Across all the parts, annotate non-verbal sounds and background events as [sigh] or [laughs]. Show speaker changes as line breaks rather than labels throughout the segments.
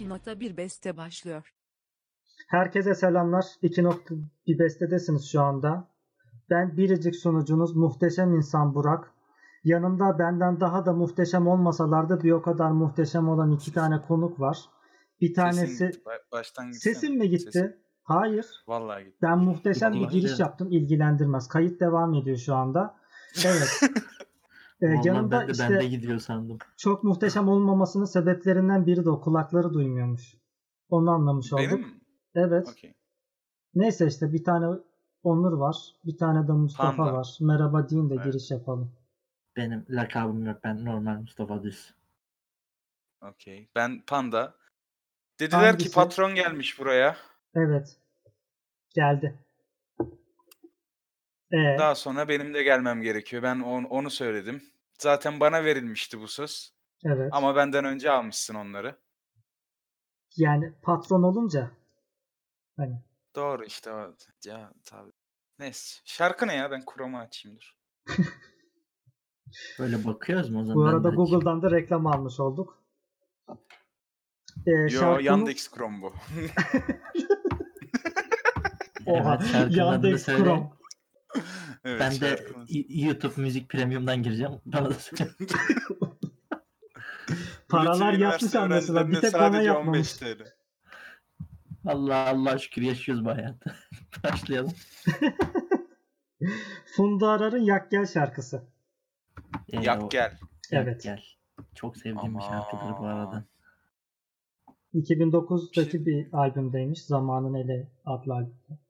nota bir beste başlıyor.
Herkese selamlar. İki nokta bir bestedesiniz şu anda. Ben biricik sunucunuz muhteşem insan Burak. Yanımda benden daha da muhteşem olmasalardı bir o kadar muhteşem olan iki tane konuk var. Bir tanesi...
Sesin gitti. Ba- Baştan gitsene.
Sesim mi gitti?
Sesin.
Hayır.
Vallahi gitti.
Ben muhteşem bir
Vallahi
giriş
evet.
yaptım. İlgilendirmez. Kayıt devam ediyor şu anda.
[laughs]
Evet. Ee,
Vallahi
yanımda
ben de,
işte
ben de gidiyor sandım.
çok muhteşem olmamasının sebeplerinden biri de o. Kulakları duymuyormuş. Onu anlamış olduk.
Benim mi?
Evet.
Okey.
Neyse işte bir tane Onur var. Bir tane de Mustafa
Panda.
var. Merhaba deyin de
Evet.
giriş yapalım.
Benim lakabım yok. Ben normal Mustafa Düz.
Okey. Ben panda. Dediler
Hangisi?
ki patron gelmiş buraya.
Evet. Geldi. Ee,
Daha sonra benim de gelmem gerekiyor. Ben on- onu söyledim. Zaten bana verilmişti bu söz.
evet.
Ama benden önce almışsın onları.
Yani patron olunca hani
Doğru işte. o- Ya tabii. Neyse. Şarkı ne ya? Ben kuramı açayım dur.
Böyle bakıyoruz mu o zaman?
bu
Ben
arada
de-
Google'dan da reklam almış olduk. Ee,
Yo
şarkımız-
Yandex Chrome bu. [laughs]
Oha,
Evet, şarkının adını
Yandex
söyle.
Chrome.
Evet,
Ben de
şarkımız.
Y- YouTube Müzik Premium'dan gireceğim. [laughs] Bana da söyle.
Paralar yapmış
Bütün üniversite
anlaşılan. Bir
öğrencilerine
tek bana
sadece
yapmamış.
15 TL.
Allah Allah şükür yaşıyoruz bu hayatı. [laughs] Başlayalım.
Funda Arar'ın Yak Gel şarkısı.
Ee, o-
Yak gel.
Yak
Evet.
Gel. Çok sevdiğim bir şarkıdır bu arada.
Aman.
2009'daki
Şey-
bir albümdeymiş. Zamanın Ele adlı albüm.
[laughs]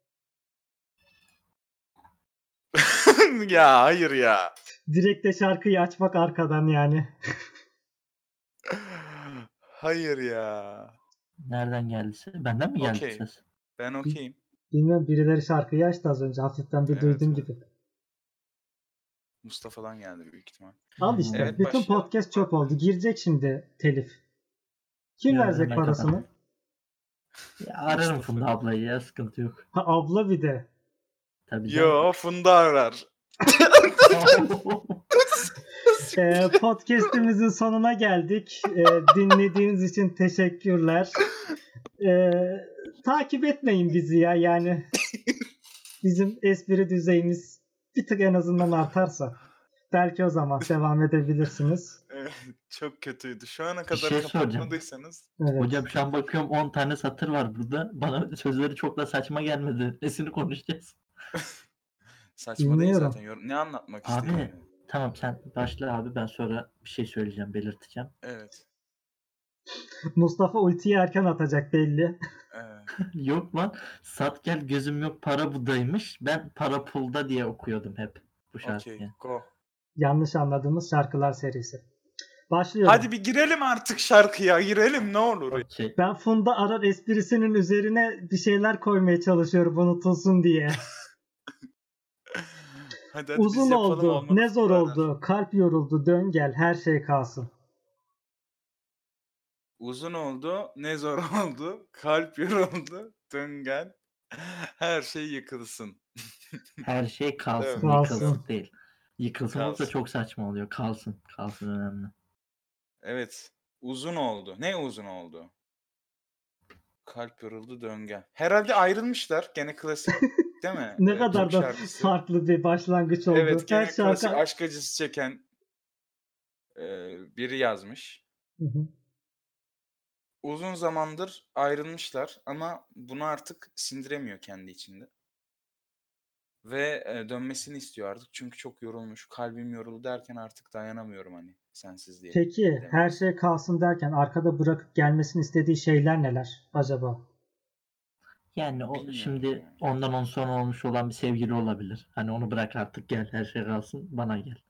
ya hayır ya.
Direkt de şarkıyı açmak arkadan yani.
Hayır ya.
Nereden geldi ses? Benden mi geldi
Okey.
ses?
Ben okeyim.
Bilmiyorum birileri şarkıyı açtı az önce. Hafiften bir
Evet.
duydum gibi.
Mustafa'dan geldi büyük ihtimal.
Al işte.
Evet,
Bütün
başlayalım.
podcast çöp oldu. Girecek şimdi telif. Kim
Ya,
verecek
ne
parasını?
kadar? Ya, ararım Funda ablayı ya sıkıntı yok.
Ha, abla bir de.
Tabii
Yo Funda arar.
[laughs] canım.
Ee, podcast'imizin sonuna geldik. Ee, dinlediğiniz için teşekkürler. Ee, takip etmeyin bizi ya yani. Bizim espri düzeyimiz bir tık en azından artarsa. Belki o zaman devam edebilirsiniz.
Çok kötüydü. Şu ana
şey
kadar
soracağım.
kapatmadıysanız.
Evet.
Hocam şu an bakıyorum 10 tane satır var burada. Bana sözleri çok da saçma gelmedi. [laughs] Nesini konuşacağız?
Saçma değil
Bilmiyorum.
zaten. yorum- Ne anlatmak
Abi.
istiyor?
Tamam sen başla abi ben sonra bir şey söyleyeceğim belirteceğim. [laughs]
Evet.
Mustafa ultiyi erken atacak belli.
evet.
yok lan sat gel gözüm yok para budaymış. Ben para pulda diye okuyordum hep bu şarkıyı.
Okey. Go.
Yanlış anladığımız şarkılar serisi. Başlıyorum.
Hadi bir girelim artık şarkıya. Girelim ne olur.
Okey.
Ben Funda Arar esprisinin üzerine bir şeyler koymaya çalışıyorum unutulsun diye.
[laughs] Hadi hadi biz
Uzun
yapalım,
oldu,
olmadı
ne zor
beraber.
oldu, kalp yoruldu, dön gel, her şey kalsın.
Uzun oldu. Ne zor [laughs] oldu. Kalp yoruldu. Döngen. Her şey yıkılsın.
Her şey kalsın,
Evet.
yıkılsın
Kalsın.
değil. Yıkılsın
Kalsın.
olursa çok saçma oluyor. Kalsın. Kalsın önemli.
Evet. Uzun oldu. Ne uzun oldu? Kalp yoruldu döngen. Herhalde ayrılmışlar. Gene klasik değil mi?
[laughs] Ne
Ee,
kadar da
Türk şarkısı.
farklı bir başlangıç oldu.
Evet gene
her şarkı...
klasik aşk acısı çeken e, biri yazmış.
Hı hı.
Uzun zamandır ayrılmışlar ama bunu artık sindiremiyor kendi içinde. Ve e, dönmesini istiyor artık çünkü çok yorulmuş. Kalbim yoruldu derken artık dayanamıyorum hani sensizliğe.
Peki
demiş.
her şey kalsın derken arkada bırakıp gelmesini istediği şeyler neler acaba?
Yani o
Bilmiyorum
şimdi
yani.
ondan on sonra olmuş olan bir sevgili olabilir. Hani onu bırak artık gel her şey kalsın bana gel.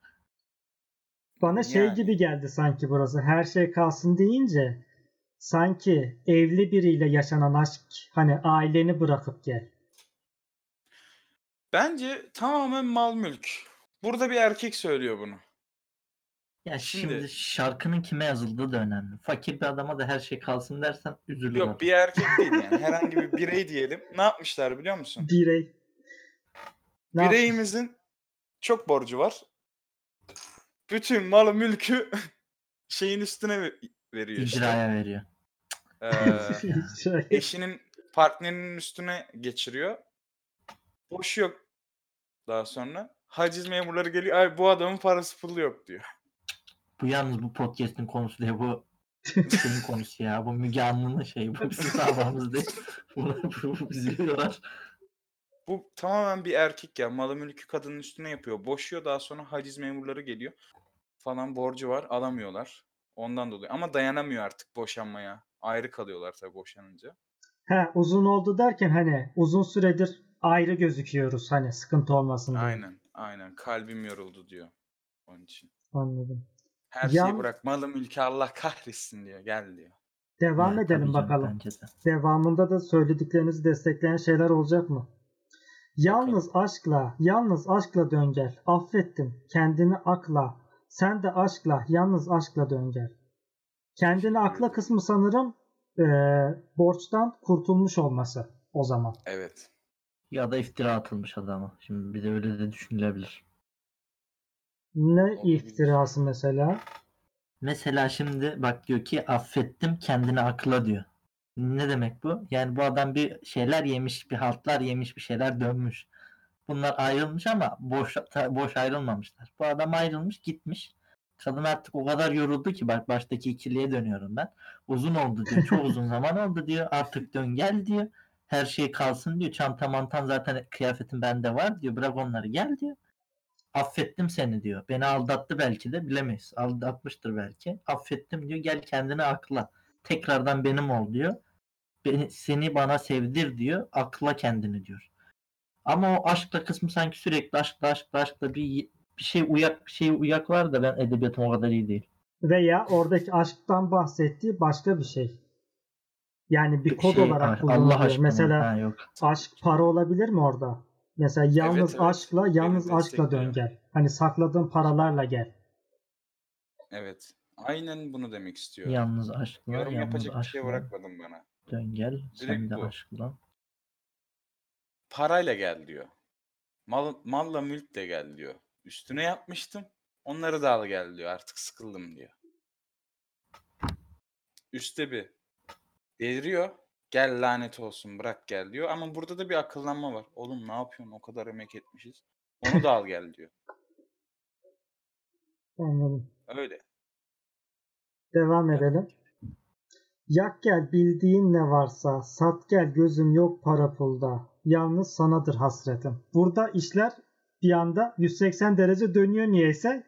Bana şey
Yani.
gibi geldi sanki burası. Her şey kalsın deyince sanki evli biriyle yaşanan aşk hani aileni bırakıp gel.
Bence tamamen mal mülk. Burada bir erkek söylüyor bunu.
Ya şimdi,
Şimdi-
şarkının kime yazıldığı da önemli. Fakir bir adama da her şey kalsın dersen üzülür. adam.
Yok bir erkek değil yani. Herhangi bir birey diyelim. Ne yapmışlar biliyor musun?
Birey. Ne yap-
Bireyimizin çok borcu var. [laughs] Bütün malı mülkü şeyin üstüne ve- veriyor işte.
İcraya veriyor.
Ee,
[laughs]
eşinin partnerinin üstüne geçiriyor. Boş yok daha sonra. Haciz memurları geliyor. Ay bu adamın parası pulu yok diyor.
Bu yalnız bu podcast'in konusu değil
[laughs]
bu. Senin konusu ya. Bu Müge Anlı'nın şeyi. Bu bizim davamız değil. Bunu bu, bu bizi yiyorlar.
Bu tamamen bir erkek ya. Malı mülkü kadının üstüne yapıyor. Boşuyor daha sonra haciz memurları geliyor. Falan borcu var alamıyorlar. Ondan dolayı. Ama dayanamıyor artık boşanmaya. Ayrı kalıyorlar tabii boşanınca.
Ha, uzun oldu derken hani uzun süredir ayrı gözüküyoruz hani sıkıntı olmasın diye.
Aynen aynen kalbim yoruldu diyor onun için.
Anladım.
Her
Ya-
şeyi bırak malı mülkü Allah kahretsin diyor gel diyor.
Devam
Ya, tabii
edelim
canım,
bakalım.
bence de.
Devamında da söylediklerinizi destekleyen şeyler olacak mı? Yalnız aşkla, yalnız aşkla dön gel. Affettim. Kendini akla. Sen de aşkla, yalnız aşkla dön gel. Kendini akla kısmı sanırım eee, borçtan kurtulmuş olması o zaman.
Evet.
Ya da iftira atılmış adama. Şimdi bir de öyle de düşünülebilir.
Ne
Olabilir.
iftirası mesela?
Mesela şimdi bak diyor ki affettim kendini akla diyor. Ne demek bu? Yani bu adam bir şeyler yemiş, bir haltlar yemiş, bir şeyler dönmüş. Bunlar ayrılmış ama boş ta- boş ayrılmamışlar. Bu adam ayrılmış, gitmiş. Kadın artık o kadar yoruldu ki bak baştaki ikiliye dönüyorum ben. Uzun oldu diyor. Çok uzun zaman oldu diyor. Artık dön gel diyor. Her şey kalsın diyor. Çanta mantan zaten kıyafetin bende var diyor. Bırak onları gel diyor affettim seni diyor. Beni aldattı belki de bilemeyiz. Aldatmıştır belki. Affettim diyor. Gel kendini akla. Tekrardan benim ol diyor. Beni, seni bana sevdir diyor. Akla kendini diyor. Ama o aşkla kısmı sanki sürekli aşkla aşkla aşkla bir bir şey uyak bir şey uyak var da ben edebiyatım o kadar iyi değil.
Veya oradaki aşktan bahsettiği başka bir şey. Yani bir kod
Şey,
olarak
aşk-
kullanılıyor.
aşkına.
mesela
Ha, yok.
aşk para olabilir mi orada? Mesela yalnız
evet.
aşkla, yalnız
Beni
aşkla dön
destekliyor.
gel. Hani sakladığın paralarla gel.
Evet. Aynen bunu demek istiyor.
Yalnız aşkla
Yorum
yalnız
yapacak bir şey
aşkla
bırakmadım bana.
dön gel sen
Direkt
de
bu.
aşkla.
Parayla gel diyor. Mal, malla mülkle gel diyor. Üstüne yapmıştım. Onları da al gel diyor. Artık sıkıldım diyor. Üste bir deliriyor. Gel lanet olsun bırak gel diyor. Ama burada da bir akıllanma var. Oğlum ne yapıyorsun o kadar emek etmişiz. Onu da al gel diyor.
Anladım.
Öyle.
Devam edelim. Yak gel bildiğin ne varsa, sat gel gözüm yok para pulda. Yalnız sanadır hasretim. Burada işler bir anda 180 derece dönüyor niyeyse.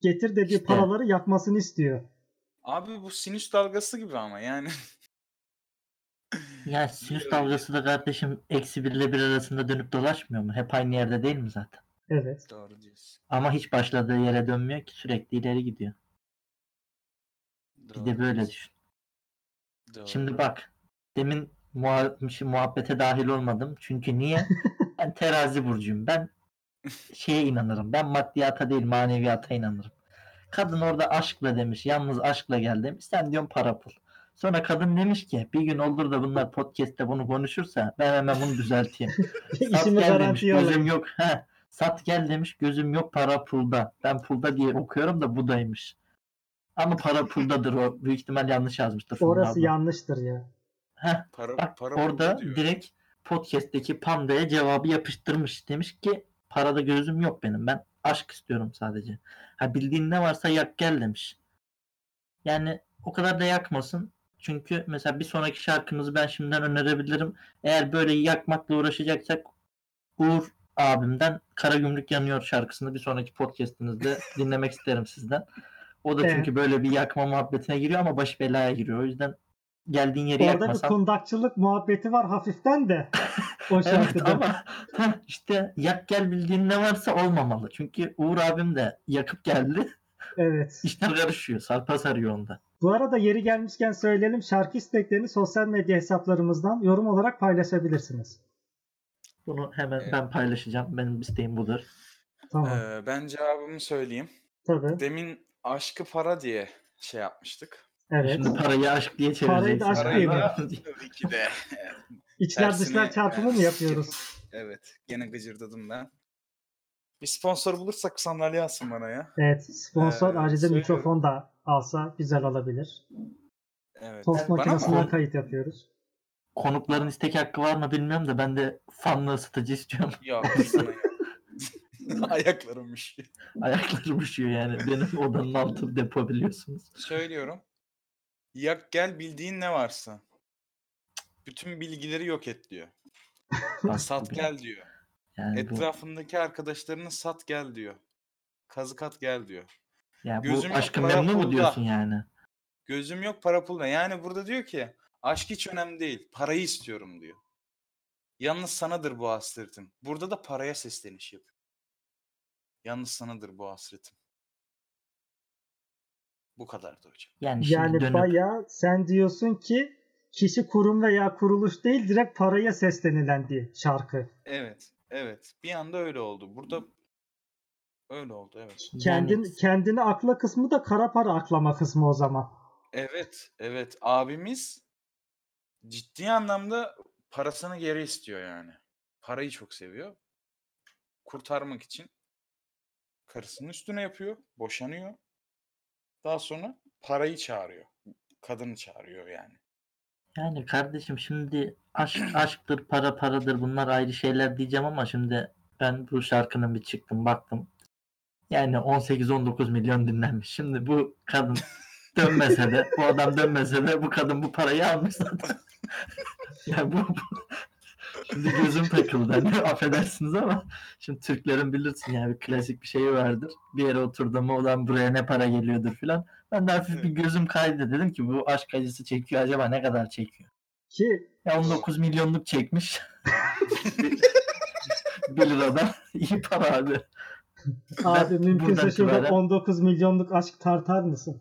Getir dediği
İşte.
paraları yakmasını istiyor.
Abi bu sinüs dalgası gibi ama yani.
Ya sinüs dalgası da kardeşim eksi bir ile bir arasında dönüp dolaşmıyor mu? Hep aynı yerde değil mi zaten?
Evet.
[laughs] Doğru diyorsun.
Ama hiç başladığı yere dönmüyor ki sürekli ileri gidiyor. Bir de böyle düşün. Şimdi bak demin muha- şey, muhabbete dahil olmadım. Çünkü niye? ben terazi burcuyum. Ben şeye inanırım. Ben maddiyata değil maneviyata inanırım. Kadın orada aşkla demiş. Yalnız aşkla gel demiş. Sen diyorsun para pul. Sonra kadın demiş ki bir gün olur da bunlar podcast'te bunu konuşursa ben hemen bunu düzelteyim. Sat
İşimi
gel demiş
garantiye alayım.
gözüm yok. He. Sat gel demiş gözüm yok para pulda. Ben pulda diye okuyorum da budaymış. Ama para puldadır o. Büyük ihtimal yanlış yazmıştır. Funda
Orası
abla.
yanlıştır ya.
Heh,
Para,
bak
para
orada
buldu diyor.
direkt podcast'teki pandaya cevabı yapıştırmış. Demiş ki parada gözüm yok benim. Ben aşk istiyorum sadece. Ha bildiğin ne varsa yak gel demiş. Yani o kadar da yakmasın. Çünkü mesela bir sonraki şarkımızı ben şimdiden önerebilirim. Eğer böyle yakmakla uğraşacaksak Uğur abimden Karagümrük Yanıyor şarkısını bir sonraki podcast'inizde [laughs] dinlemek isterim sizden. O da
Evet.
çünkü böyle bir yakma muhabbetine giriyor ama baş belaya giriyor. O yüzden geldiğin yeri
Orada bir
yakmasan
kundakçılık muhabbeti var hafiften
[laughs]
de. O
Evet
şarkıda.
ama [laughs] heh, işte yak gel bildiğin ne varsa olmamalı. Çünkü Uğur abim de yakıp geldi. [laughs]
Evet.
İşler karışıyor. Sarpa sarıyor onda.
Bu arada yeri gelmişken söyleyelim şarkı isteklerini sosyal medya hesaplarımızdan yorum olarak paylaşabilirsiniz.
Bunu hemen
Evet.
ben paylaşacağım. Benim isteğim budur.
Tamam.
Ee, ben cevabımı söyleyeyim.
Tabii.
Demin aşkı para diye şey yapmıştık.
Evet.
Şimdi parayı aşk diye çevireceksin.
da aşk
Parayı
diye
da tabii
[laughs]
ki de.
İçler
tersini-
dışlar çarpımı mı yapıyoruz?
[laughs] Evet. Gene gıcırdadım ben. Bir sponsor bulursak sandalye alsın bana ya.
Evet. Sponsor
Ee,
ayrıca
söylüyorum.
mikrofon da alsa güzel olabilir.
Ee, Evet.
Tost
Bana mı
makinesinden
oldu?
kayıt yapıyoruz.
Konukların istek hakkı var mı bilmiyorum da ben de fanlı ısıtıcı istiyorum. [laughs]
Ya aslında ya. [laughs] ayaklarım üşüyor.
Ayaklarım üşüyor yani. Benim odanın altı depo biliyorsunuz.
Söylüyorum. Yak gel bildiğin ne varsa. Bütün bilgileri yok et diyor.
Bak
Sat
bu-
gel diyor.
Yani bu,
Etrafındaki arkadaşlarını sat gel diyor. Kazık at gel diyor.
ya
gözüm
bu aşkın
yapmaya
memnu mu
burada.
diyorsun yani?
Gözüm yok para pulda. Yani burada diyor ki aşk hiç önemli değil. Parayı istiyorum diyor. Yalnız sanadır bu hasretim. Burada da paraya sesleniş yapıyor. Yalnız sanadır bu hasretim. Bu kadardı hocam.
Yani şimdi
Yani
dönüp
bayağı sen diyorsun ki kişi kurum veya kuruluş değil direkt paraya seslenilen bir şarkı.
Evet. Evet. Bir anda öyle oldu. Burada öyle oldu evet.
Kendin,
Yani-
Kendini akla kısmı da kara para aklama kısmı o zaman.
Evet. Evet. Abimiz ciddi anlamda parasını geri istiyor yani. Parayı çok seviyor. Kurtarmak için karısının üstüne yapıyor. Boşanıyor. Daha sonra parayı çağırıyor. Kadını çağırıyor yani.
Yani kardeşim şimdi aşk aşktır, para paradır bunlar ayrı şeyler diyeceğim ama şimdi ben bu şarkının bir çıktım baktım. Yani 18-19 milyon dinlenmiş. Şimdi bu kadın dönmese de bu adam dönmese de bu kadın bu parayı almış zaten. [laughs] yani bu, bu- Şimdi gözüm takıldı. Hani affedersiniz ama şimdi Türklerin bilirsin yani bir klasik bir şeyi vardır. Bir yere oturduğumu olan buraya ne para geliyordur filan. Ben de hafif bir gözüm kaydı dedim ki bu aşk acısı çekiyor acaba ne kadar çekiyor?
Ki
Ya 19
[laughs]
milyonluk çekmiş. 1 liradan iyi para abi.
abi mümkünse
buradan
şurada
itibaren-
19 milyonluk aşk tartar mısın?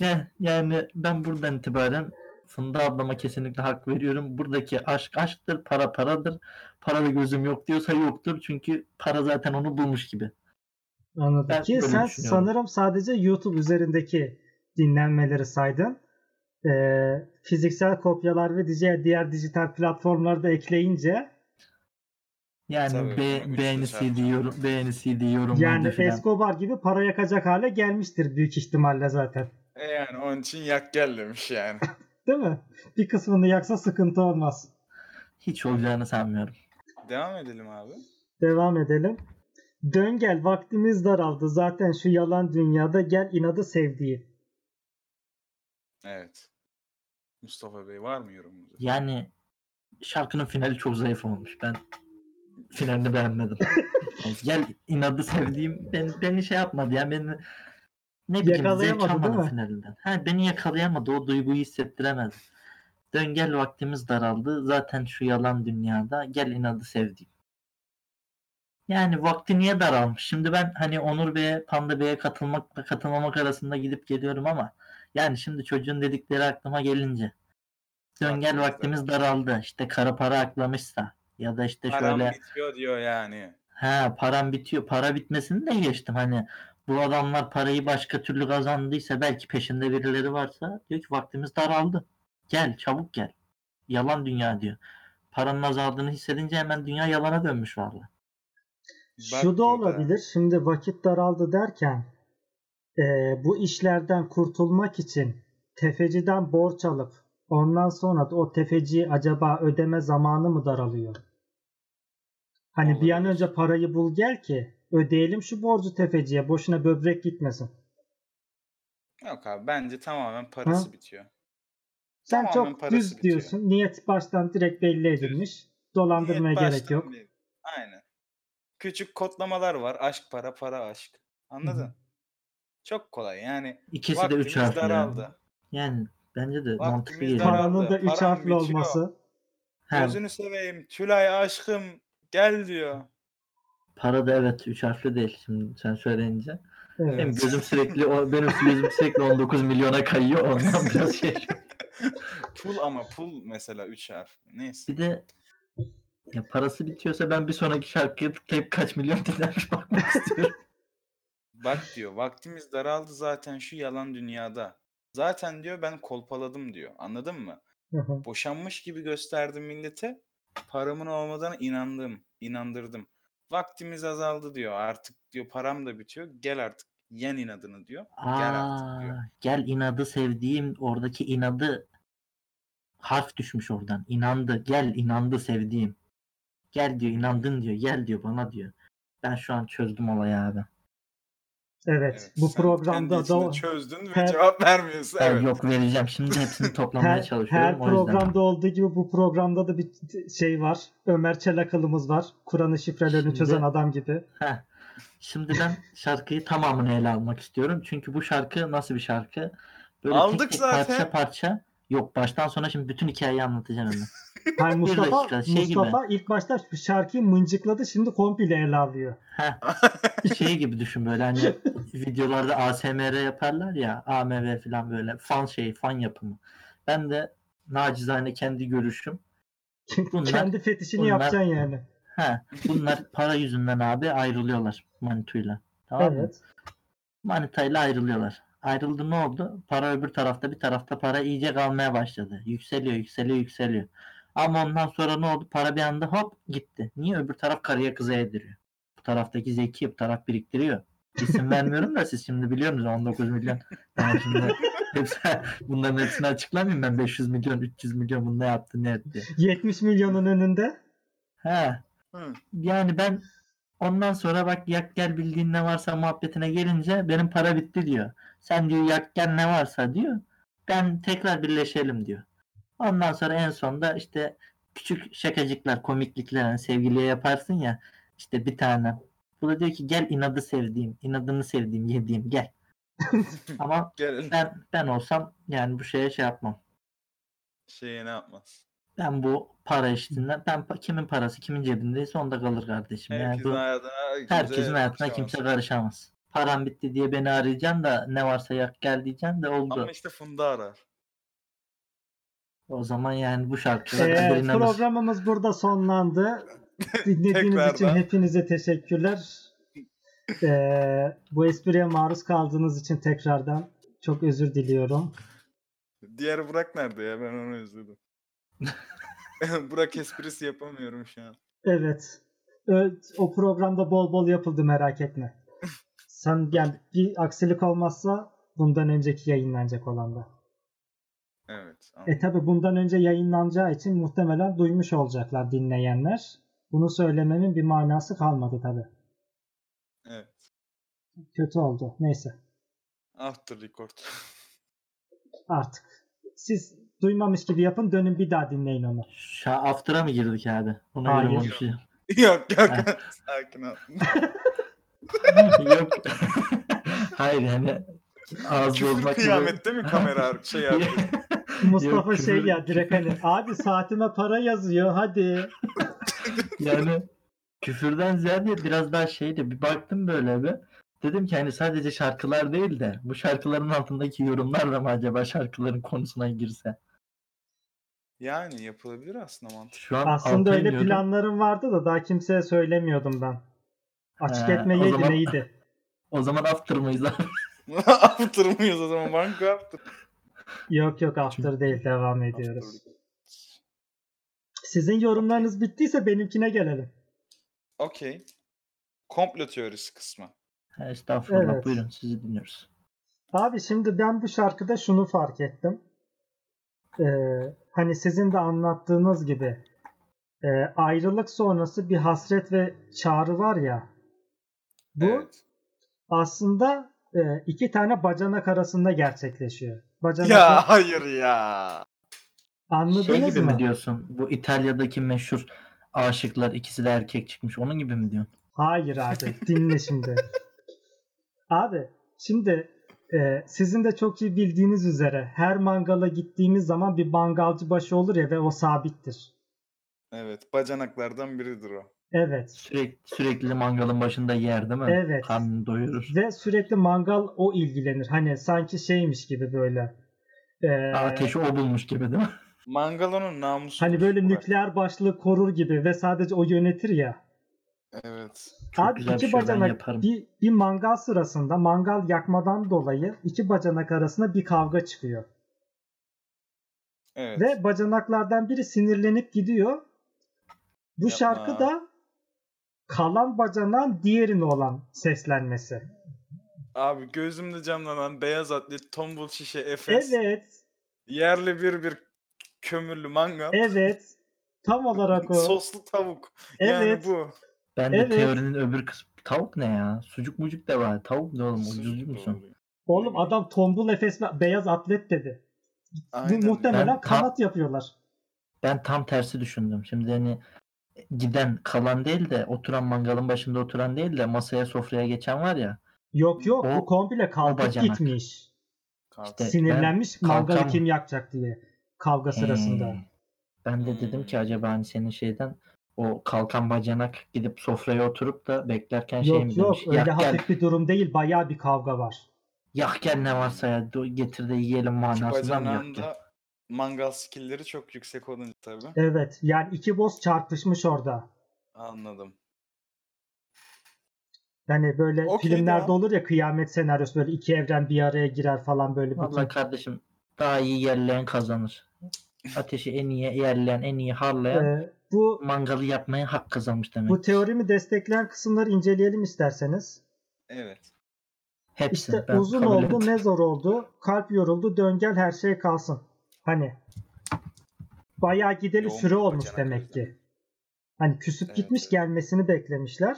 Yani, yani ben buradan itibaren Funda ablama kesinlikle hak veriyorum. Buradaki aşk aşktır, para paradır. Parada gözüm yok diyorsa yoktur. Çünkü para zaten onu bulmuş gibi.
Anladım.
Ben
Ki
böyle
sen
düşünüyorum.
sanırım sadece YouTube üzerindeki dinlenmeleri saydın. Ee, fiziksel kopyalar ve diğer, diğer dijital platformları da ekleyince
Yani
Tabii,
be-
ona güçlü
beğenisi
şart.
diyorum, beğenisi diyorum.
yani Escobar gibi para yakacak hale gelmiştir büyük ihtimalle zaten.
E yani onun için yak gel demiş [laughs] yani.
Değil mi? Bir kısmını yaksa sıkıntı olmaz.
hiç olacağını sanmıyorum.
Devam edelim abi.
Devam edelim. Dön gel vaktimiz daraldı zaten şu yalan dünyada gel inadı sevdiğim.
Evet. Mustafa Bey var mı yorumunuz?
Yani şarkının finali çok zayıf olmuş. Ben
[laughs]
finalini beğenmedim. Yani gel inadı sevdiğim ben, beni şey yapmadı ya beni ne bileyim zevk
Yakalayamadı, değil
almadı
mi?
finalinden. Ha, beni yakalayamadı o duyguyu hissettiremedi. Dön gel vaktimiz daraldı zaten şu yalan dünyada gel inadı sevdiğim. Yani vakti niye daralmış? Şimdi ben hani Onur Bey'e Panda Bey'e katılmakla katılmamak arasında gidip geliyorum ama yani şimdi çocuğun dedikleri aklıma gelince dön gel
Vaktimiz
vaktimiz daraldı işte kara para aklamışsa ya da işte
Param
şöyle
bitiyor diyor yani.
He param bitiyor. Para bitmesini de geçtim. Hani bu adamlar parayı başka türlü kazandıysa belki peşinde birileri varsa diyor ki vaktimiz daraldı. Gel çabuk gel. Yalan dünya diyor. Paranın azaldığını hissedince hemen dünya yalana dönmüş valla.
Bak
Şu da
diyor
olabilir. Şimdi vakit daraldı derken eee, bu işlerden kurtulmak için tefeciden borç alıp ondan sonra da o tefeci acaba ödeme zamanı mı daralıyor? Hani bir an
Olabilir.
önce parayı bul gel ki ödeyelim şu borcu tefeciye boşuna böbrek gitmesin.
Yok abi bence tamamen parası bitiyor.
Sen
Tamamen
çok
parası
düz
bitiyor.
diyorsun. Niyet baştan direkt belli edilmiş. Dolandırmaya
Niyet
gerek
baştan
yok.
belli. Aynen. Küçük kodlamalar var. Aşk para, para aşk. Anladın? Çok kolay yani.
İkisi de
vaktimiz
üç harfli. yani.
daraldı.
Yani bence de
Vaktimiz
mantıklı geliyor.
daraldı.
Paranın da üç
Param
harfli
bitiyor.
olması.
He,
Gözünü seveyim. Tülay aşkım gel diyor.
para da evet üç harfli değil şimdi sen söyleyince.
Evet.
Benim gözüm sürekli o, benim gözüm sürekli 19 milyona kayıyor ondan biraz şey.
[laughs] Pul ama pul mesela 3 harf. Neyse.
Bir de ya parası bitiyorsa ben bir sonraki şarkıya tıklayıp kaç milyon dinlenmiş bakmak istiyorum.
Bak diyor vaktimiz daraldı zaten şu yalan dünyada. Zaten diyor ben kolpaladım diyor. Anladın mı?
Hı hı.
boşanmış gibi gösterdim millete. Paramın olmadan inandım, inandırdım. Vaktimiz azaldı diyor. Artık diyor param da bitiyor. Gel artık Yen inadını diyor. [laughs] Gel artık
Aa,
diyor.
gel inadı sevdiğim oradaki inadı harf düşmüş oradan. İnandı. Gel inandı sevdiğim. Gel diyor inandın diyor. Gel diyor bana diyor. Ben şu an çözdüm olayı abi.
Evet,
Evet,
bu
sen
programda
kendi
da
içinde çözdün ve
Her-
cevap vermiyorsun.
Ben
evet.
Ee, yok vereceğim.
[laughs]
Şimdi hepsini toplamaya
her,
çalışıyorum.
her
o yüzden.
programda olduğu gibi bu programda da bir şey var. Ömer Çelakalımız var. Kur'an'ın şifrelerini
Şimdi-
çözen adam gibi.
Heh. Şimdi ben şarkıyı tamamını ele almak istiyorum. Çünkü bu şarkı nasıl bir şarkı? Böyle
Aldık
tek tek
zaten.
parça parça. Yok baştan sona şimdi bütün hikayeyi anlatacağım hemen.
[laughs] Hay
[laughs]
Mustafa,
dakika, şey gibi.
Mustafa ilk başta şarkıyı mıncıkladı şimdi komple ele alıyor. [laughs]
Heh. şey gibi düşün böyle hani videolarda ASMR yaparlar ya AMV falan böyle fan şey fan yapımı. Ben de nacizane kendi görüşüm. Bunlar-
Kendi fetişini
bunlar-
yapacaksın yani.
Ha, bunlar para yüzünden abi ayrılıyorlar Manituyla. Tamam mı?
Evet.
Manitayla ayrılıyorlar. Ayrıldı ne oldu? Para öbür tarafta bir tarafta para iyice kalmaya başladı. Yükseliyor yükseliyor yükseliyor. Ama ondan sonra ne oldu? Para bir anda hop gitti. Niye? Öbür taraf karıya kıza yediriyor. Bu taraftaki zeki bu taraf biriktiriyor. İsim vermiyorum da siz şimdi biliyor musunuz 19 milyon. Ben şimdi hepsi, [laughs] bunların hepsini açıklamayayım ben 500 milyon 300 milyon bunu ne yaptı ne etti.
70 milyonun önünde.
He.
Hı.
Yani ben ondan sonra bak yak gel bildiğin ne varsa muhabbetine gelince benim para bitti diyor. Sen diyor yak gel ne varsa diyor. Ben tekrar birleşelim diyor. Ondan sonra en sonda işte küçük şakacıklar, komiklikler hani sevgiliye yaparsın ya işte bir tane. Bu da diyor ki gel inadı sevdiğim, inadını sevdiğim, yediğim gel. Ama
Gel
ben ben olsam yani bu şeye şey yapmam.
şeye ne yapmaz.
Ben bu para işinden ben pa- kimin parası kimin cebindeyse onda kalır kardeşim. yani
Herkesin
bu-
hayatına şey kimse
Herkesin hayatına kimse
karışamaz.
karışamaz. Param bitti diye beni arayacaksın da ne varsa yak gel diyeceksin de oldu.
Ama işte Funda arar.
O zaman yani bu şarkı
Ee,
Kadir İnanır.
programımız burada sonlandı. Dinlediğiniz için
Tekrardan.
hepinize teşekkürler. Ee, bu espriye maruz kaldığınız için tekrardan çok özür diliyorum.
Diğer Burak nerede ya? Ben
[laughs]
onu özledim. Burak esprisi yapamıyorum şu an.
Evet. Ö- O programda bol bol yapıldı merak etme. Sen gel bir aksilik olmazsa bundan önceki yayınlanacak olanda.
Evet.
E
anladım.
tabi bundan önce yayınlanacağı için muhtemelen duymuş olacaklar dinleyenler. Bunu söylememin bir manası kalmadı tabi.
Evet.
Kötü oldu. Neyse
After record. [laughs]
artık. Siz duymamış gibi yapın dönün bir daha dinleyin onu.
Şu an after'a mı girdik abi? Ona
Hayır. [laughs]
göre konuşuyor.
yok yok.
Eh.
Ha.
Sakin ol.
Yok. [laughs] Hayır yani ağız
Küfür
bozmak gibi. [laughs]
kıyamet değil mi kamera ar- şey abi?
Mustafa
[laughs] Yok,
şey
küfür-
ya direkt hani abi saatime para yazıyor hadi.
yani küfürden ziyade biraz daha şeydi. Bir baktım böyle bir. Dedim ki hani sadece şarkılar değil de bu şarkıların altındaki yorumlar da mı acaba şarkıların konusuna girse?
Yani yapılabilir aslında [laughs] mantık.
Şu an
Aslında
alta
öyle
iniyordum.
planlarım vardı da daha kimseye söylemiyordum ben. Açık
Ee,
etme
o
yedi
zaman- [laughs]
neydi?
O zaman after mıyız abi?
after mıyız o zaman? Banko after.
Yok yok after değil devam ediyoruz.
After-
Sizin yorumlarınız bittiyse benimkine gelelim.
Okey. Komplo teorisi kısmı.
Estağfurullah
Evet.
buyurun sizi dinliyoruz.
Abi şimdi ben bu şarkıda şunu fark ettim. Ee, hani sizin de anlattığınız gibi e, ayrılık sonrası bir hasret ve çağrı var ya. Bu
Evet.
aslında e, iki tane bacanak arasında gerçekleşiyor. Bacanak
Ya hayır ya.
Şey
anladınız
gibi
mı?
mi diyorsun? Bu İtalya'daki meşhur aşıklar ikisi de erkek çıkmış. Onun gibi mi diyorsun?
Hayır abi
[laughs]
dinle şimdi. Abi şimdi e, sizin de çok iyi bildiğiniz üzere her mangala gittiğimiz zaman bir mangalcı başı olur ya ve o sabittir.
Evet. Bacanaklardan biridir o.
Evet.
Sürekli, sürekli mangalın başında yer değil mi?
Evet.
Karnını doyurur.
Ve sürekli mangal o ilgilenir. Hani sanki şeymiş gibi böyle. E,
Ateşi o bulmuş gibi değil mi? [laughs]
Mangalonun namusu.
hani
şey
böyle nükleer başlığı korur gibi ve sadece o yönetir ya.
Evet.
Çok
Abi
güzel bir
iki
şey ben
bacanak
yaparım.
bir, bir mangal sırasında mangal yakmadan dolayı iki bacanak arasında bir kavga çıkıyor.
Evet.
Ve bacanaklardan biri sinirlenip gidiyor. Bu
Yapma.
şarkı da kalan bacanağın diğerine olan seslenmesi.
Abi gözümde canlanan beyaz atlet tombul şişe Efes.
Evet.
Yerli bir bir kömürlü mangal.
Evet. Tam olarak o.
Soslu tavuk. Yani
evet.
bu.
Ben de
Evet.
teorinin öbür kısmı tavuk ne ya? Sucuk mucuk da var. Tavuk ne oğlum?
Sucuk
Ucuzcu
da
musun?
oluyor.
Oğlum adam tombul Efes ve beyaz atlet dedi.
Aynen
Bu muhtemelen
Ben-
kanat yapıyorlar.
Ben tam tersi düşündüm. Şimdi hani giden kalan değil de oturan mangalın başında oturan değil de masaya sofraya geçen var ya.
Yok yok
O-
bu komple kalkıp
bacanak.
gitmiş.
Kalk.
İşte- Evet,
Sinirlenmiş
ben
mangalı
kalkam-
kim yakacak diye kavga sırasında.
Ee, ben de dedim ki acaba hani senin şeyden o kalkan bacanak gidip sofraya oturup da beklerken şey mi
Yok yok
demiş?
öyle
Yak gel,
hafif bir durum değil bayağı bir kavga var.
yak gel ne varsa ya do- getir de yiyelim
İki
manasında mı yak
bacanağın
gel?
da mangal skillleri çok yüksek olunca tabii.
Evet yani iki boss çarpışmış orada.
Anladım.
Yani böyle
Okey,
filmlerde
devam.
olur ya kıyamet senaryosu böyle iki evren bir araya girer falan böyle. bütün-
Vallahi kardeşim daha iyi yerleyen kazanır. Ateşi en iyi yerleyen, en iyi harlayan
Ee, bu
mangalı yapmaya hak kazanmış demek.
bu teorimi destekleyen kısımları inceleyelim isterseniz.
Evet.
Hepsi.
İşte
ben
uzun
kabul
oldu,
ettim.
ne zor oldu, kalp yoruldu, döngel her şey kalsın. Hani bayağı gideli
Yoğun
süre
bir
olmuş
bacanak
demek
yüzden.
ki. Hani küsüp
Evet,
gitmiş
evet.
gelmesini beklemişler.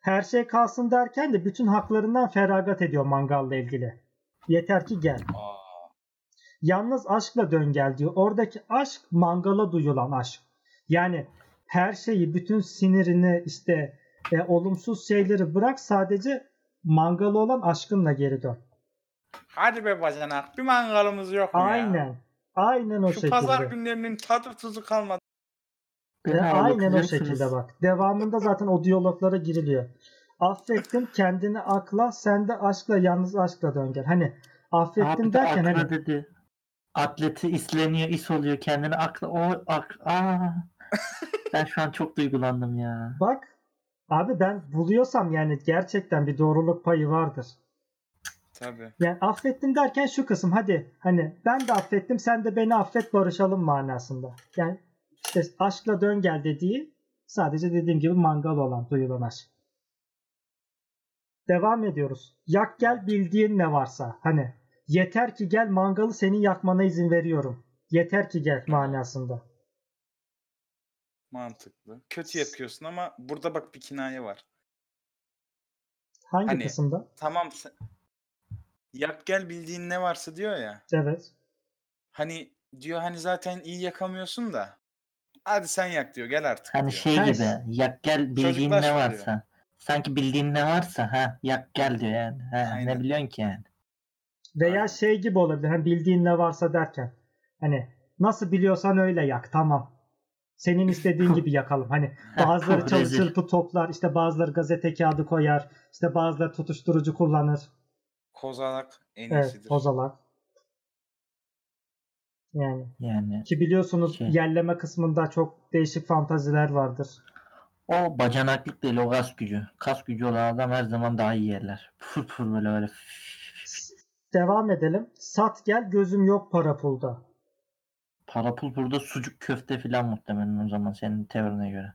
Her şey kalsın derken de bütün haklarından feragat ediyor mangalla ilgili. Yeter ki gel.
Aa,
Yalnız aşkla dön gel diyor. Oradaki aşk mangala duyulan aşk. Yani her şeyi, bütün sinirini işte e, olumsuz şeyleri bırak sadece mangala olan aşkınla geri dön.
Hadi be bacanak bir mangalımız yok mu ya?
Aynen. Aynen o
Şu
şekilde.
pazar günlerinin tadı tuzu kalmadı.
E, aynen o
Ağlatacaksınız.
şekilde bak. Devamında zaten o diyaloglara giriliyor. Affettim kendini akla, sen de aşkla yalnız aşkla dön gel. Hani affettim
Abi de
derken
akla
hani
dedi. Atleti isleniyor, is oluyor kendini akla. O ak.
[laughs]
Aa. ben şu an çok duygulandım ya.
bak abi ben buluyorsam yani gerçekten bir doğruluk payı vardır.
Tabii.
Yani affettim derken şu kısım hadi hani ben de affettim sen de beni affet barışalım manasında. Yani işte aşkla dön gel dediği sadece dediğim gibi mangal olan duyulan aşk. Devam ediyoruz. Yak gel bildiğin ne varsa hani yeter ki gel mangalı senin yakmana izin veriyorum. Yeter ki gel manasında.
Mantıklı. Kötü yapıyorsun ama burada bak bir kinaye var.
Hangi
Hani-
kısımda?
Tamam sen... Yap gel bildiğin ne varsa diyor ya.
Evet.
Hani diyor hani zaten iyi yakamıyorsun da. Hadi sen yak diyor gel artık
Hani
diyor.
şey
Her-
gibi. Yak gel bildiğin
Çocuklar
ne
söylüyor.
varsa. Sanki bildiğin ne varsa ha yak gel diyor yani. Ha,
Aynen.
ne biliyorsun ki yani.
Veya
Aynen.
şey gibi olabilir. Hani bildiğin ne varsa derken. Hani nasıl biliyorsan öyle yak. Tamam. Senin
[laughs]
istediğin gibi yakalım. Hani bazıları çalı
rezil.
çırpı toplar. işte bazıları gazete kağıdı koyar. işte bazıları tutuşturucu kullanır.
Kozalak en
Evet.
iyisidir.
Bozalar. Yani.
Yani
Ki biliyorsunuz
Şey.
yerleme kısmında çok değişik fantaziler vardır.
o bacanaklık değil o kas gücü. Kas gücü olan adam her zaman daha iyi yerler. Pür pür böyle böyle.
Devam edelim. Sat gel gözüm yok para pulda.
Para pul burada sucuk köfte filan muhtemelen o zaman senin teorine göre.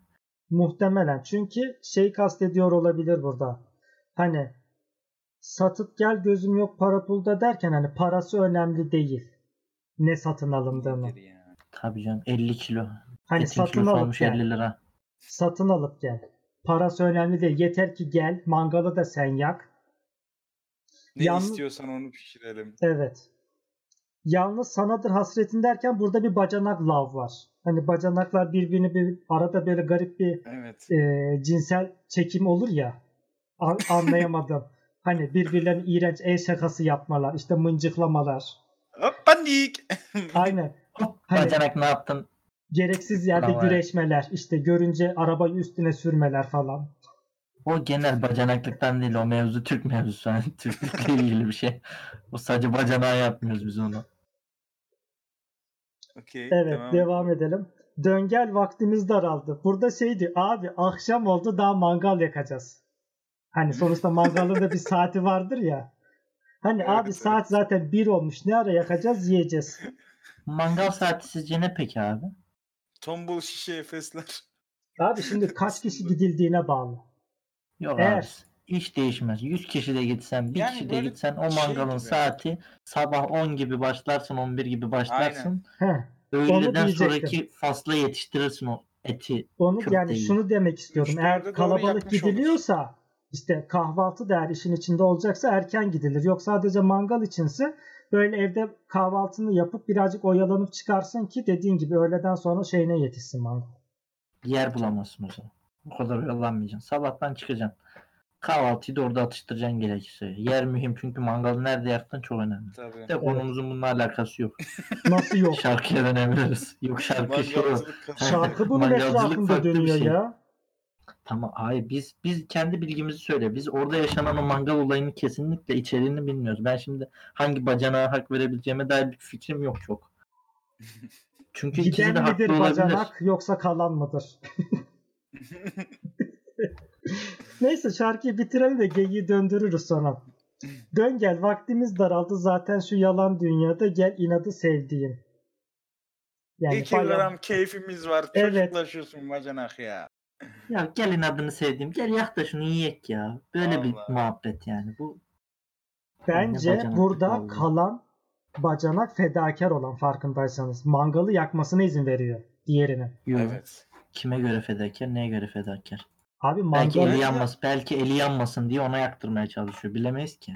Muhtemelen. Çünkü şey kastediyor olabilir burada. Hani satıp gel gözüm yok para pulda derken hani parası önemli değil. Ne satın alındığını.
Nedir ya?
Tabii canım 50 kilo.
Hani
Etin
satın
kilosu
alıp
olmuş
gel.
50 lira.
Satın alıp gel. Parası önemli değil. Yeter ki gel. Mangalı da sen yak.
Ne
Yalnız-
istiyorsan onu pişirelim.
Evet. Yalnız sanadır hasretin derken burada bir bacanak lav var. Hani bacanaklar birbirini bir arada böyle garip bir
Evet.
e, cinsel çekim olur ya a-
[laughs]
anlayamadım. hani birbirlerine iğrenç el şakası yapmalar, işte
[laughs]
mıncıklamalar.
Hop panik. [laughs]
Aynen. Hani
Bacanak ne yaptın?
gereksiz yerde
Tamam.
güreşmeler, işte görünce arabayı üstüne sürmeler falan.
O genel bacanaklıktan değil o mevzu Türk mevzusu. Yani [laughs] Türklükle ilgili bir şey. O sadece bacanağı yapmıyoruz biz onu.
Okey.
Evet,
devam
devam, edelim. Döngel vaktimiz daraldı. Burada şeydi, abi akşam oldu daha mangal yakacağız. Hani sonuçta mangalın da bir saati vardır ya. Hani
Evet,
abi
evet.
saat zaten bir olmuş. Ne ara yakacağız yiyeceğiz.
Mangal saati sizce ne peki abi?
Tombul şişe efesler.
Abi şimdi kaç kişi gidildiğine bağlı.
Yok
Eğer-
abi. Hiç değişmez. 100 kişi de gitsen, bir
Yani
kişi de
böyle
gitsen o
şey
mangalın
gibi.
saati sabah 10 gibi başlarsın, 11 gibi başlarsın.
Heh,
Öğleden
diyecektim.
sonraki fasla yetiştirirsin o eti.
onu
Çok
yani
iyi.
şunu demek istiyorum.
Üç dörde
Eğer
doğru
kalabalık
yakmış olur.
gidiliyorsa işte kahvaltı da eğer işin içinde olacaksa erken gidilir. Yok sadece mangal içinse böyle evde kahvaltını yapıp birazcık oyalanıp çıkarsın ki dediğin gibi öğleden sonra şeyine yetişsin mangal.
Yer bulamazsın o zaman. O kadar yollanmayacaksın. Sabahtan çıkacaksın. Kahvaltıyı da orada atıştıracaksın gerekirse. Yer mühim çünkü mangalı nerede yaktın çok önemli.
Tabii.
Bir de konumuzun bununla alakası yok.
Nasıl
[laughs]
yok?
Şarkıya dönebiliriz. Yok şarkı şu.
Mangalcılık [laughs]
Şarkı bunun
Mangalcılık
etrafında
farklı bir
dönüyor
şey.
ya.
Tamam hayır biz biz kendi bilgimizi söyle. Biz orada yaşanan o mangal olayını kesinlikle içeriğini bilmiyoruz. Ben şimdi hangi bacanağa hak verebileceğime dair bir fikrim yok çok. Çünkü ikisi de
Giden midir
haklı olabilir.
bacanak yoksa kalan
[laughs]
mıdır? Neyse şarkıyı bitirelim de geyiği döndürürüz sonra. Dön gel vaktimiz daraldı zaten şu yalan dünyada gel inadı sevdiğim.
İki
bayağı-
gram keyfimiz var.
Evet.
Çocuklaşıyorsun bacanak ya.
Ya gelin adını sevdiğim. Gel yak da şunu yiyek ya. Böyle
Vallahi.
bir muhabbet yani. Bu Anne
Bence
bacanaklık
burada
vallahi.
kalan bacanak fedakar olan farkındaysanız. Mangalı yakmasına izin veriyor diğerine.
Yok.
Evet.
kime göre fedakar, neye göre fedakar?
Abi
Belki
mangalı
eli yanmasın, belki eli yanmasın diye ona yaktırmaya çalışıyor. Bilemeyiz ki.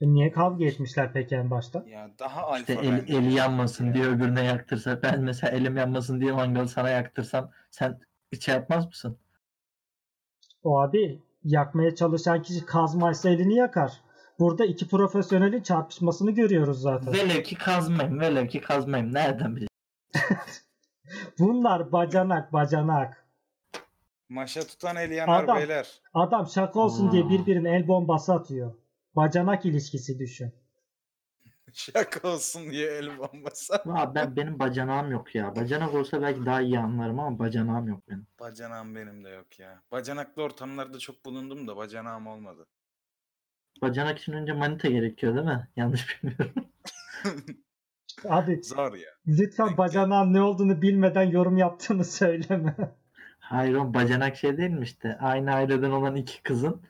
E, niye kavga etmişler peki en başta?
Ya daha alfa
İşte el,
bence.
eli yanmasın diye öbürüne yaktırsa ben mesela elim yanmasın diye mangalı sana yaktırsam sen hiç şey yapmaz mısın?
O abi yakmaya çalışan kişi kazmaysa elini yakar. Burada iki profesyonelin çarpışmasını görüyoruz zaten.
Velev ki kazmayayım velev ki kazmayayım nereden bileyim?
Bunlar bacanak bacanak.
Maşa tutan eli yanar
Adam.
beyler. [laughs]
Adam şaka olsun
Hmm.
diye birbirine el bombası atıyor. Bacanak ilişkisi düşün.
Şaka olsun diye el bombası. [laughs]
Abi ben, benim bacanağım yok ya. Bacanak olsa belki daha iyi anlarım ama bacanağım yok benim.
Bacanağım benim de yok ya. Bacanaklı ortamlarda çok bulundum da bacanağım olmadı.
Bacanak için önce manita gerekiyor değil mi? Yanlış bilmiyorum.
Abi
Zor ya.
lütfen bacanağın ne olduğunu bilmeden yorum yaptığını söyleme.
Hayır oğlum bacanak şey değil mi işte? Aynı aileden olan iki kızın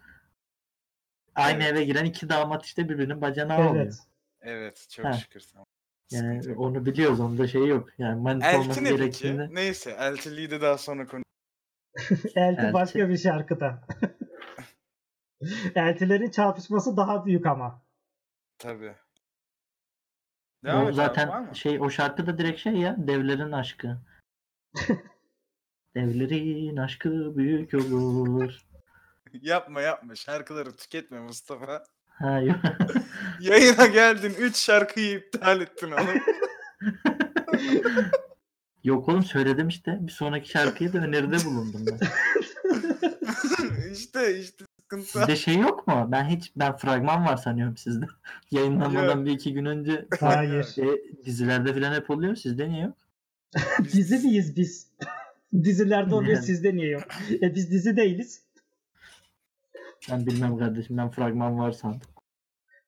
aynı
Evet.
eve giren iki damat işte birbirinin bacanağı oluyor.
evet.
Evet çok
Ha.
şükür. Tamam.
Yani
Sıkıntı yok.
onu biliyoruz onda şey yok. Yani manita olması
Elti ne
gerektiğini.
peki? Neyse eltiliği de daha sonra konu.
Elti
Elti.
başka bir şarkıda. [laughs] Eltilerin çarpışması daha büyük ama.
Tabii.
O
Devam et zaten abi, var
zaten
mı?
şey o şarkı da direkt şey ya devlerin aşkı. devlerin aşkı büyük olur.
[laughs] Yapma yapma şarkıları tüketme Mustafa. [laughs]
Ha yok. [laughs]
Yayına geldin 3 şarkıyı iptal ettin oğlum. [laughs]
Yok oğlum söyledim işte. Bir sonraki şarkıya da öneride bulundum
[laughs]
ben.
işte işte sıkıntı. [laughs]
Sizde şey yok mu? Ben hiç ben fragman var sanıyorum sizde. [laughs] Yayınlanmadan bir iki gün önce
Hayır.
şey, dizilerde filan hep oluyor. Sizde niye yok?
dizi miyiz biz? [laughs] Dizilerde oluyor
Yani.
sizde niye yok? E biz dizi değiliz.
Ben bilmem kardeşim. Ben fragman var sandım.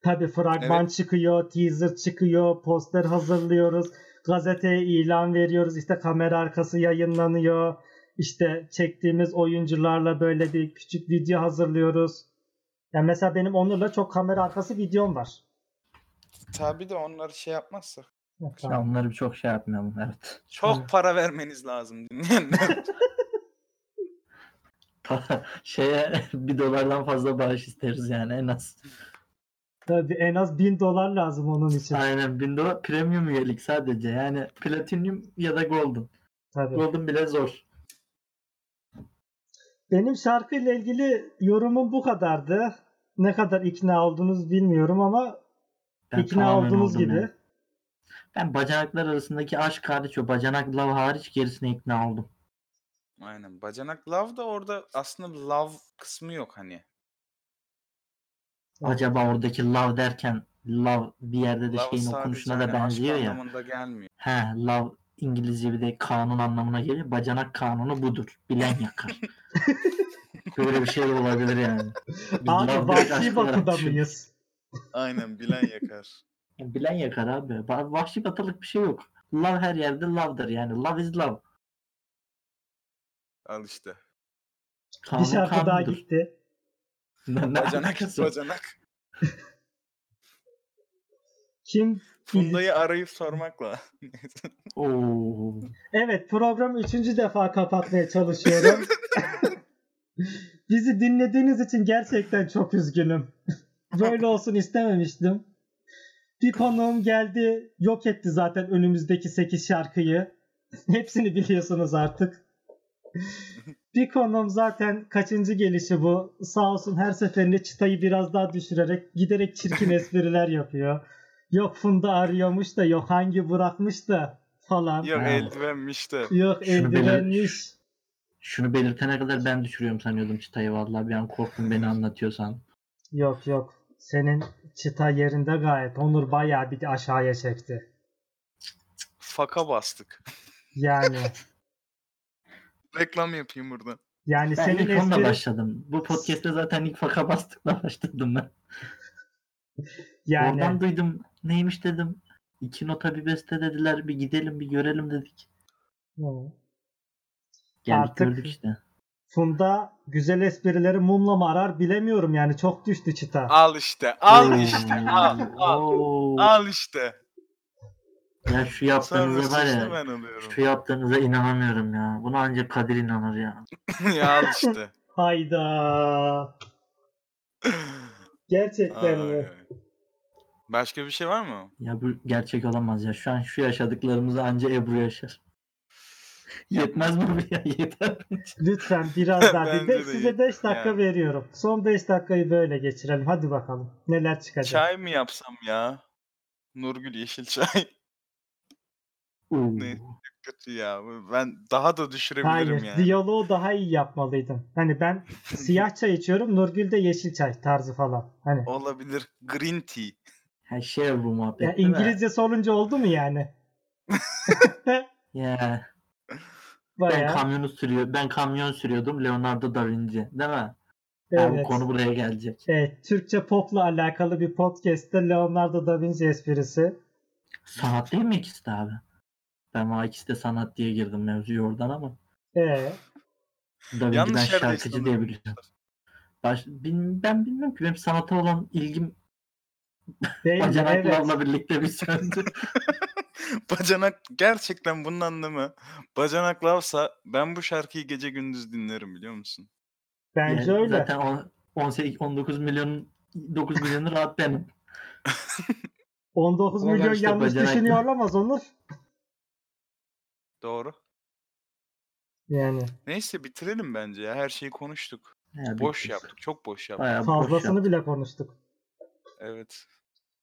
Tabi fragman
Evet.
çıkıyor, teaser çıkıyor, poster hazırlıyoruz, gazeteye ilan veriyoruz, işte kamera arkası yayınlanıyor, işte çektiğimiz oyuncularla böyle bir küçük video hazırlıyoruz. Yani mesela benim Onur'la çok kamera arkası videom var.
Tabii de onları şey yapmazsak.
Ya onları bir çok şey yapmayalım. [laughs] Evet.
Çok para vermeniz lazım dinleyenler. [laughs]
Şeye bir dolardan fazla bağış isteriz yani en az.
Tabii en az 1000 dolar lazım onun için.
Aynen 1000 dolar premium üyelik sadece. Yani platinyum ya da golden.
Tabii.
Golden bile zor.
Benim şarkıyla ilgili yorumum bu kadardı. Ne kadar ikna oldunuz bilmiyorum ama ikna
tamamen
olduğunuz
oldum
gibi.
yani. Ben bacanaklar arasındaki aşk hariç o bacanak love hariç gerisine ikna oldum.
Aynen. Bacanak Love da orada aslında love kısmı yok hani.
Evet.
Acaba oradaki love derken love bir yerde de
Love
şeyin
sadece
okunuşuna da
hani aşk
benziyor ya.
anlamında gelmiyor.
He love İngilizce bir de kanun anlamına geliyor. Bacanak kanunu budur. Bilen yakar. Böyle bir şey de olabilir yani. Biz love
Abi
direkt
vahşi
aşk olarak
batıda
düşündük.
mıyız?
Aynen bilen yakar.
Yani Bilen yakar abi. Ba- Vahşi batılık bir şey yok. Love her yerde love'dır yani. Love is love.
Al işte.
Kanun
Bir şarkı daha
kanundur.
gitti.
Ne
Bacanak,
alakası var?
bacanak.
Kim?
Funda'yı arayıp sormakla.
[laughs] [laughs] Oo.
Evet program üçüncü defa kapatmaya çalışıyorum. Bizi dinlediğiniz için gerçekten çok üzgünüm. Böyle olsun istememiştim. Bir konuğum geldi yok etti zaten önümüzdeki 8 şarkıyı. [laughs] Hepsini biliyorsunuz artık. Bir konuğum zaten kaçıncı gelişi bu. Sağ olsun her seferinde çıtayı biraz daha düşürerek giderek çirkin espriler yapıyor. Yok Funda arıyormuş da yok hangi bırakmış da falan.
Yok
Ha.
eldivenmiş de.
Yok
Şunu
eldivenmiş.
Şunu belirtene kadar ben düşürüyorum sanıyordum çıtayı vallahi bir an korktum beni anlatıyorsan.
Yok yok. Senin çıta yerinde gayet. Onur bayağı bir aşağıya çekti.
Faka bastık. [laughs]
[laughs]
Yani
Reklam yapayım burada.
yani
Ben
senin
ilk onunla
espri,
başladım. Bu podcast'te zaten ilk faka bastıkla başladım ben.
yani
Oradan duydum. Neymiş dedim. İki nota bir beste dediler. Bir gidelim bir görelim dedik.
Hı.
Geldik
Artık-
gördük işte.
Funda güzel esprileri mumla mı arar bilemiyorum yani çok düştü
Ah.
çıta.
Al işte, al
Oo.
işte, al, al.
Oo.
Al işte.
Ya şu
Sonra
yaptığınıza var
suçlu
ya. Şey-
ben alıyorum.
Şu yaptığınıza inanamıyorum ya. Buna ancak Kadir inanır ya.
[laughs] ya al işte.
[laughs]
Hayda.
Şey-
Gerçekten mi?
Ay. Başka bir şey var mı?
Ya bu gerçek olamaz ya. Şu an şu yaşadıklarımızı anca Ebru yaşar. Yetmez mi bu ya? [laughs] Yeter.
[laughs]
Lütfen biraz daha. bir
Bence
beş-
de
size 5 dakika
yani.
veriyorum. Son 5 dakikayı böyle geçirelim. Hadi bakalım neler çıkacak.
Çay mı yapsam ya? Nurgül yeşil çay. [laughs]
Oo.
Ne? Kötü ya. Ben daha da düşürebilirim
Hayır,
yani.
diyaloğu daha iyi yapmalıydın. Hani
[laughs]
ben siyah çay içiyorum, Nurgül de yeşil çay tarzı falan. Hani
Olabilir. Green tea. [laughs]
Her şey bu muhabbet.
ya
değil mi?
İngilizce sorunca oldu mu yani?
Ya. Ben
Bayağı.
kamyonu sürüyor. Ben kamyon sürüyordum Leonardo da Vinci, değil mi? Ya bu
Evet.
konu buraya gelecek.
Evet, Türkçe popla alakalı bir podcast'te Leonardo da Vinci esprisi.
Sanat değil mi ikisi de abi? Ben o ikisi de sanat diye girdim mevzuya oradan ama.
Ee,
Da Vinci ben
Yanlış yerdeyiz
şarkıcı diye
sanırım.
biliyorum. Baş, bin- ben bilmiyorum ki benim sanata olan ilgim
değil mi? Ee, Evet.
bacanaklarla birlikte bir söndü.
Bacanak gerçekten bunun anlamı. Bacanak lavsa ben bu şarkıyı gece gündüz dinlerim biliyor musun?
Bence
Yani
öyle.
Zaten on- 18 19 milyon 9 milyonu rahat benim.
19
Onlar
milyon
işte
yanlış
bacanaklı.
düşünüyor olamaz Onur.
Doğru.
Yani
Neyse bitirelim bence ya. Her şeyi konuştuk.
Ya
Boş
bitti.
yaptık. Çok boş yaptık.
Bayağı boş
fazlasını
yaptık.
bile konuştuk.
Evet.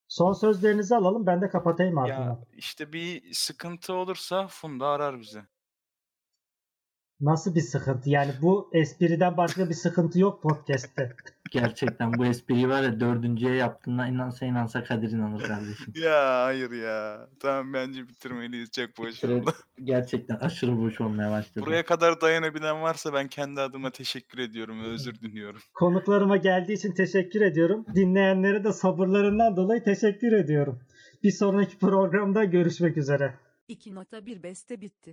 Son sözlerinizi alalım ben de kapatayım
Ya
ardından.
işte bir sıkıntı olursa Funda arar bizi.
Nasıl bir sıkıntı? Yani bu espriden başka bir sıkıntı yok podcast'te.
Gerçekten bu espriyi var ya dördüncüye yaptığında inansa inansa Kadir inanır kardeşim.
Ya hayır ya. Tamam bence bitirmeliyiz. Çok boş
Bitiririz.
oldu.
Gerçekten aşırı boş olmaya başladı.
Buraya kadar dayanabilen varsa ben kendi adıma teşekkür ediyorum. ve Özür diliyorum.
Konuklarıma geldiği için teşekkür ediyorum. Dinleyenlere de sabırlarından dolayı teşekkür ediyorum. Bir sonraki programda görüşmek üzere.
2.1 beste bitti.